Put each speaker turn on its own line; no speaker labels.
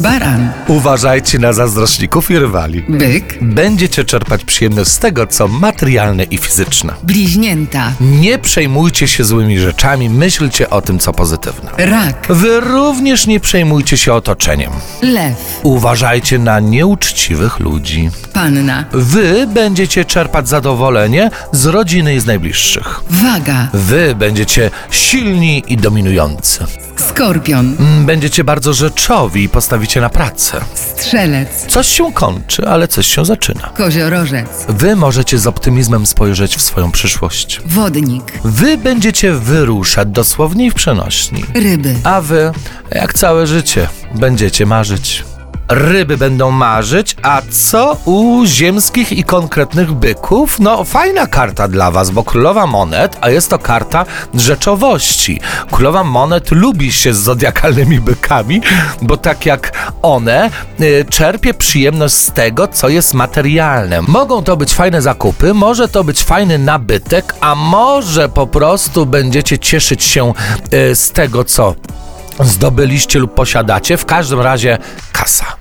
Baran,
Uważajcie na zazdrośników i rywali.
byk,
Będziecie czerpać przyjemność z tego, co materialne i fizyczne.
bliźnięta,
Nie przejmujcie się złymi rzeczami, myślcie o tym, co pozytywne.
rak,
Wy również nie przejmujcie się otoczeniem.
lew,
Uważajcie na nieuczciwych ludzi.
panna,
Wy będziecie czerpać zadowolenie z rodziny i z najbliższych.
waga,
Wy będziecie silni i dominujący.
skorpion,
Mm, Będziecie bardzo rzeczowi i postawicie na pracę.
strzelec,
Coś się kończy, ale coś się zaczyna.
koziorożec,
Wy możecie z optymizmem spojrzeć w swoją przyszłość.
wodnik,
Wy będziecie wyruszać dosłownie i w przenośni.
ryby,
A wy, jak całe życie, będziecie marzyć. Ryby będą marzyć, a co u ziemskich i konkretnych byków? No, fajna karta dla was, bo królowa monet, a jest to karta rzeczowości. Królowa monet lubi się z zodiakalnymi bykami, bo tak jak one, y, czerpie przyjemność z tego, co jest materialne. Mogą to być fajne zakupy, może to być fajny nabytek, a może po prostu będziecie cieszyć się y, z tego, co zdobyliście lub posiadacie. W każdym razie kasa.